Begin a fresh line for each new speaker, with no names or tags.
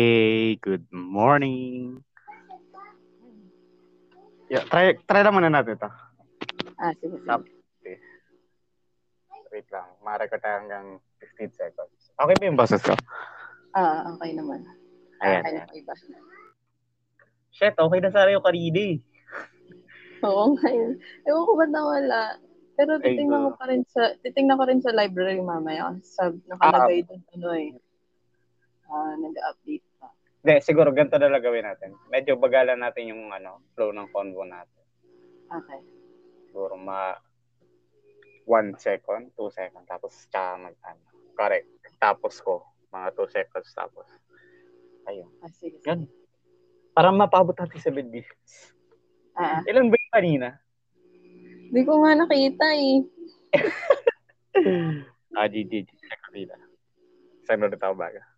Hey, good morning. Yeah, try, try lang muna natin ito.
Ah, sige, sige.
Tap. Wait lang, ma-record tayo hanggang 15 seconds. Okay ba yung boses ko?
Ah, okay naman.
Ayan.
Okay na po iba.
Shit, okay na sana yung eh. karidi.
Oo nga yun. Ewan ko ba't nawala. Pero
Ay,
titingnan ko
no.
pa rin sa, titingnan ko rin sa library mamaya. kasi Sa, nakalagay doon, ano eh. Ah, nag-update pa.
Hindi, siguro ganito na lang gawin natin. Medyo bagalan natin yung ano, flow ng convo natin.
Okay.
Siguro ma... One second, two second, tapos tsaka mag ano. Correct. Tapos ko. Mga two seconds tapos. Ayun.
Ah, sige, sige.
Yun. Parang mapabot natin sa bed.
Ah, ah.
Ilan ba yung kanina?
di ko nga nakita eh.
Ah, GG. Kanina. Saan ulit ako baga?